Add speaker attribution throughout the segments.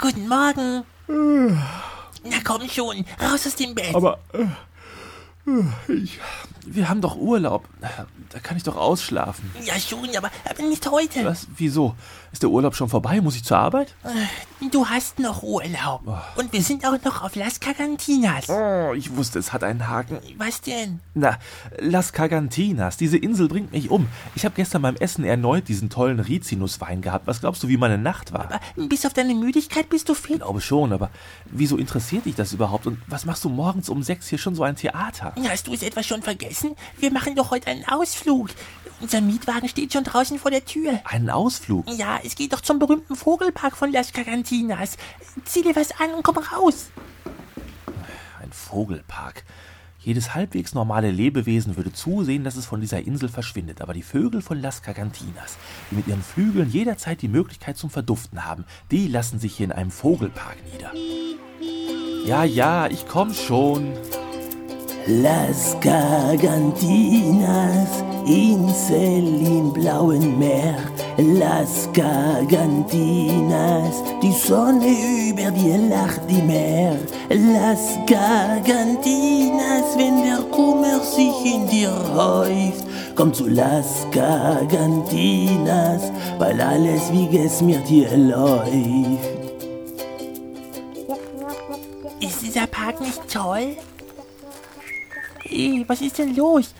Speaker 1: Guten Morgen. Na komm schon, raus aus dem Bett.
Speaker 2: Aber äh, ich, wir haben doch Urlaub. Da kann ich doch ausschlafen.
Speaker 1: ja schon, aber, aber nicht heute.
Speaker 2: Was? Wieso? Ist der Urlaub schon vorbei? Muss ich zur Arbeit?
Speaker 1: Du hast noch Urlaub. Und wir sind auch noch auf Las Cagantinas.
Speaker 2: Oh, ich wusste, es hat einen Haken.
Speaker 1: Was denn?
Speaker 2: Na, Las Cagantinas, diese Insel bringt mich um. Ich habe gestern beim Essen erneut diesen tollen Rizinuswein gehabt. Was glaubst du, wie meine Nacht war?
Speaker 1: Äh, Bis auf deine Müdigkeit bist du fit?
Speaker 2: Ich glaube schon, aber wieso interessiert dich das überhaupt? Und was machst du morgens um sechs hier schon so ein Theater?
Speaker 1: Hast du es etwa schon vergessen? Wir machen doch heute einen Ausflug. Unser Mietwagen steht schon draußen vor der Tür.
Speaker 2: Einen Ausflug?
Speaker 1: Ja, es geht doch zum berühmten Vogelpark von Las Cagantinas. Zieh dir was an und komm raus.
Speaker 2: Ein Vogelpark. Jedes halbwegs normale Lebewesen würde zusehen, dass es von dieser Insel verschwindet, aber die Vögel von Las Cagantinas, die mit ihren Flügeln jederzeit die Möglichkeit zum Verduften haben, die lassen sich hier in einem Vogelpark nieder. Ja, ja, ich komm schon.
Speaker 3: Las Cagantinas, Insel im blauen Meer. Las Cagantinas, die Sonne über dir lacht die Meer. Las Cagantinas, wenn der Kummer sich in dir häuft. Komm zu Las Cagantinas, weil alles wie geschmiert hier läuft.
Speaker 1: Ist dieser Park nicht toll? Ey, was ist denn los?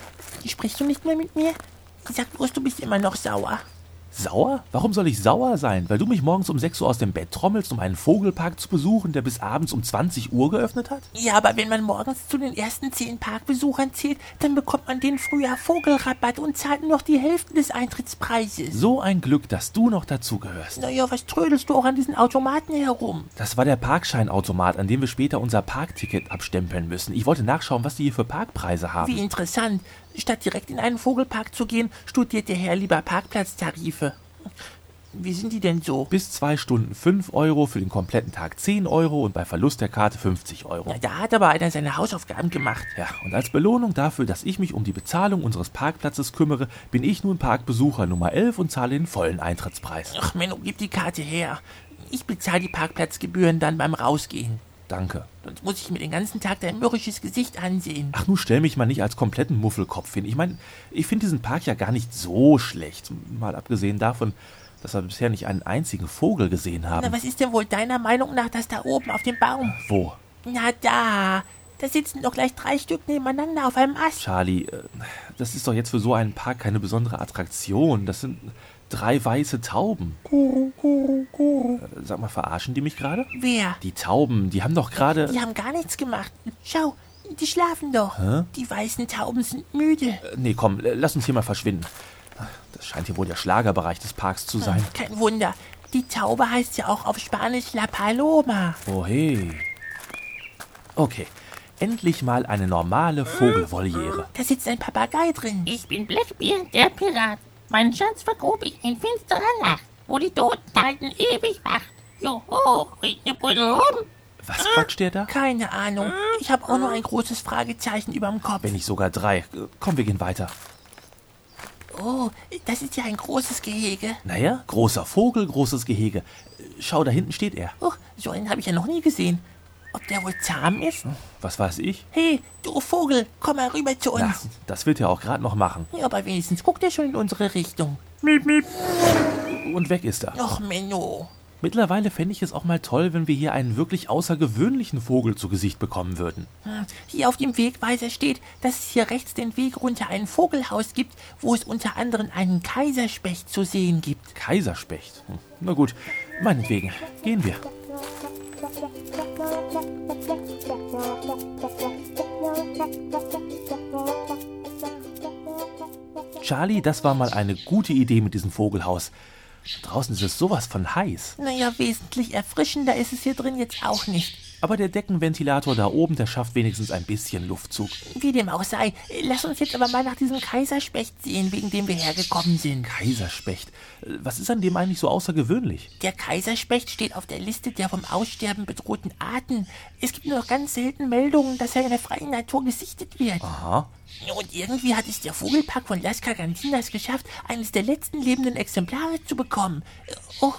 Speaker 1: Sprichst du nicht mehr mit mir? Sag bloß, du bist immer noch sauer.
Speaker 2: Sauer? Warum soll ich sauer sein? Weil du mich morgens um 6 Uhr aus dem Bett trommelst, um einen Vogelpark zu besuchen, der bis abends um 20 Uhr geöffnet hat?
Speaker 1: Ja, aber wenn man morgens zu den ersten zehn Parkbesuchern zählt, dann bekommt man den Frühjahr Vogelrabatt und zahlt nur noch die Hälfte des Eintrittspreises.
Speaker 2: So ein Glück, dass du noch dazugehörst.
Speaker 1: Naja, was trödelst du auch an diesen Automaten herum?
Speaker 2: Das war der Parkscheinautomat, an dem wir später unser Parkticket abstempeln müssen. Ich wollte nachschauen, was die hier für Parkpreise haben.
Speaker 1: Wie interessant. Statt direkt in einen Vogelpark zu gehen, studiert der Herr lieber Parkplatztarife. Wie sind die denn so?
Speaker 2: Bis zwei Stunden 5 Euro, für den kompletten Tag 10 Euro und bei Verlust der Karte 50 Euro.
Speaker 1: Na, da hat aber einer seine Hausaufgaben gemacht.
Speaker 2: Ja, und als Belohnung dafür, dass ich mich um die Bezahlung unseres Parkplatzes kümmere, bin ich nun Parkbesucher Nummer 11 und zahle den vollen Eintrittspreis.
Speaker 1: Ach, Menno, gib die Karte her. Ich bezahle die Parkplatzgebühren dann beim Rausgehen.
Speaker 2: Danke.
Speaker 1: Sonst muss ich mir den ganzen Tag dein mürrisches Gesicht ansehen.
Speaker 2: Ach, nun stell mich mal nicht als kompletten Muffelkopf hin. Ich meine, ich finde diesen Park ja gar nicht so schlecht. Mal abgesehen davon, dass wir bisher nicht einen einzigen Vogel gesehen
Speaker 1: Na,
Speaker 2: haben.
Speaker 1: was ist denn wohl deiner Meinung nach das da oben auf dem Baum?
Speaker 2: Wo?
Speaker 1: Na da, da sitzen doch gleich drei Stück nebeneinander auf einem Ast.
Speaker 2: Charlie, äh, das ist doch jetzt für so einen Park keine besondere Attraktion. Das sind drei weiße Tauben. Äh, Sag mal, verarschen die mich gerade?
Speaker 1: Wer?
Speaker 2: Die äh? Tauben, die haben doch gerade...
Speaker 1: Die haben gar nichts gemacht. Schau, die schlafen doch. Die weißen Tauben sind müde.
Speaker 2: Äh, Nee, komm, äh, lass uns hier mal verschwinden. Das scheint hier wohl der Schlagerbereich des Parks zu sein.
Speaker 1: Kein Wunder. Die Taube heißt ja auch auf Spanisch La Paloma.
Speaker 2: Oh hey. Okay, endlich mal eine normale Vogelvoliere.
Speaker 1: Da sitzt ein Papagei drin.
Speaker 4: Ich bin Blackbeard, der Pirat. Meinen Schatz vergrub ich in finsterer Nacht, wo die Toten halten ewig wacht. Joho, ich ne Brille rum.
Speaker 2: Was quatscht der da?
Speaker 1: Keine Ahnung. Ich habe auch nur ein großes Fragezeichen überm Kopf.
Speaker 2: Wenn nicht sogar drei. Äh, Komm, wir gehen weiter.
Speaker 1: Oh, das ist ja ein großes Gehege.
Speaker 2: Naja, großer Vogel, großes Gehege. Äh, Schau, da hinten steht er.
Speaker 1: Oh, so einen habe ich ja noch nie gesehen. Ob der wohl zahm ist?
Speaker 2: Was weiß ich?
Speaker 1: Hey, du Vogel, komm mal rüber zu
Speaker 2: Ja,
Speaker 1: uns.
Speaker 2: das wird er auch gerade noch machen.
Speaker 1: Ja, aber wenigstens guckt er schon in unsere Richtung.
Speaker 2: Und weg ist er.
Speaker 1: Och, Menno.
Speaker 2: Mittlerweile fände ich es auch mal toll, wenn wir hier einen wirklich außergewöhnlichen Vogel zu Gesicht bekommen würden.
Speaker 1: Hm, Hier auf dem Wegweiser steht, dass es hier rechts den Weg runter ein Vogelhaus gibt, wo es unter anderem einen Kaiserspecht zu sehen gibt.
Speaker 2: Kaiserspecht. Hm, Na gut, meinetwegen. Gehen wir. Charlie, das war mal eine gute Idee mit diesem Vogelhaus. Draußen ist es sowas von heiß.
Speaker 1: Naja, wesentlich erfrischender ist es hier drin jetzt auch nicht.
Speaker 2: Aber der Deckenventilator da oben, der schafft wenigstens ein bisschen Luftzug.
Speaker 1: Wie dem auch sei, lass uns jetzt aber mal nach diesem Kaiserspecht sehen, wegen dem wir hergekommen sind.
Speaker 2: Kaiserspecht. Äh, Was ist an dem eigentlich so außergewöhnlich?
Speaker 1: Der Kaiserspecht steht auf der Liste der vom Aussterben bedrohten Arten. Es gibt nur noch ganz selten Meldungen, dass er in der freien Natur gesichtet wird.
Speaker 2: Aha.
Speaker 1: Und irgendwie hat es der Vogelpark von Las Cagantinas geschafft, eines der letzten lebenden Exemplare zu bekommen. Oh,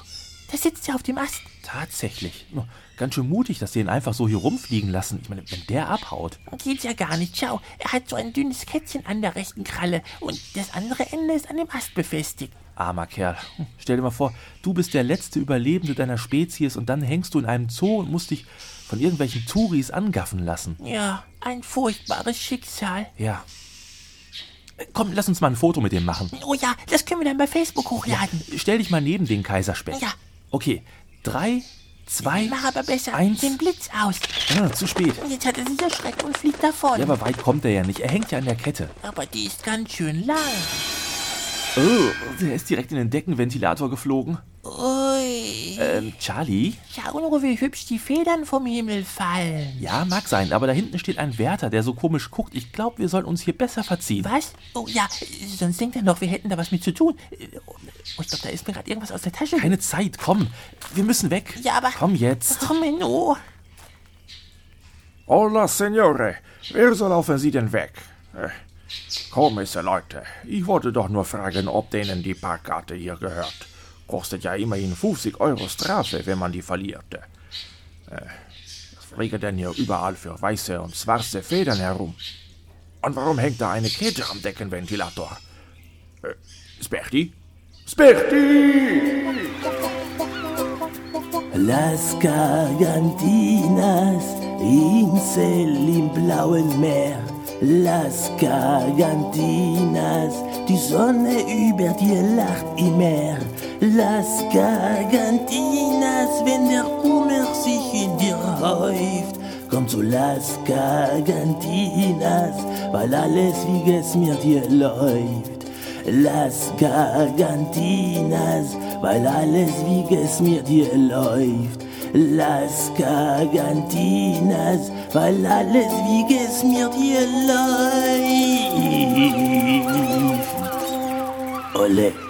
Speaker 1: Da sitzt er auf dem Ast.
Speaker 2: Tatsächlich. Na, Ganz schön mutig, dass sie ihn einfach so hier rumfliegen lassen. Ich meine, wenn der abhaut.
Speaker 1: Geht ja gar nicht. Schau, er hat so ein dünnes Kettchen an der rechten Kralle und das andere Ende ist an dem Ast befestigt.
Speaker 2: Armer Kerl. Hm, Stell dir mal vor, du bist der letzte Überlebende deiner Spezies und dann hängst du in einem Zoo und musst dich von irgendwelchen Touris angaffen lassen.
Speaker 1: Ja, ein furchtbares Schicksal.
Speaker 2: Ja. Äh, Komm, lass uns mal ein Foto mit dem machen.
Speaker 1: Oh ja, das können wir dann bei Facebook hochladen.
Speaker 2: Stell dich mal neben den Kaiserspeck.
Speaker 1: Ja.
Speaker 2: Okay. Drei, zwei,
Speaker 1: Mach aber besser
Speaker 2: eins.
Speaker 1: den Blitz aus.
Speaker 2: Ah, zu spät.
Speaker 1: Jetzt hat er sich erschreckt und fliegt davon.
Speaker 2: Ja, aber weit kommt er ja nicht. Er hängt ja an der Kette.
Speaker 1: aber die ist ganz schön lang.
Speaker 2: Oh, der ist direkt in den Deckenventilator geflogen.
Speaker 1: Ui.
Speaker 2: Ähm, Charlie?
Speaker 1: Schau nur, wie hübsch die Federn vom Himmel fallen.
Speaker 2: Ja, mag sein, aber da hinten steht ein Wärter, der so komisch guckt. Ich glaube, wir sollen uns hier besser verziehen.
Speaker 1: Was? Oh ja, äh, sonst denkt er noch, wir hätten da was mit zu tun. Äh, Oh, ich glaube, da ist mir gerade irgendwas aus der Tasche.
Speaker 2: Keine Zeit, komm. Wir müssen weg.
Speaker 1: Ja, aber-
Speaker 2: Komm jetzt.
Speaker 1: Oh, Menno.
Speaker 5: Hola, Signore. Wieso laufen Sie denn weg? Äh, komische Leute. Ich wollte doch nur fragen, ob denen die Parkkarte hier gehört. Kostet ja immerhin 50 Euro Strafe, wenn man die verliert. Äh, was fliegen denn hier überall für weiße und schwarze Federn herum? Und warum hängt da eine Kette am Deckenventilator? Äh, Sperti? Sperti!
Speaker 3: Las Gargantinas, Insel im blauen Meer. Las Gargantinas, die Sonne über dir lacht im Meer. Las Gargantinas, wenn der Kummer sich in dir häuft. Komm zu Las Gargantinas, weil alles wie es mir dir läuft. Las Gargantinas, weil alles wie es mir dir läuft. Las Gargantinas, weil alles wie es mir dir läuft. Ole.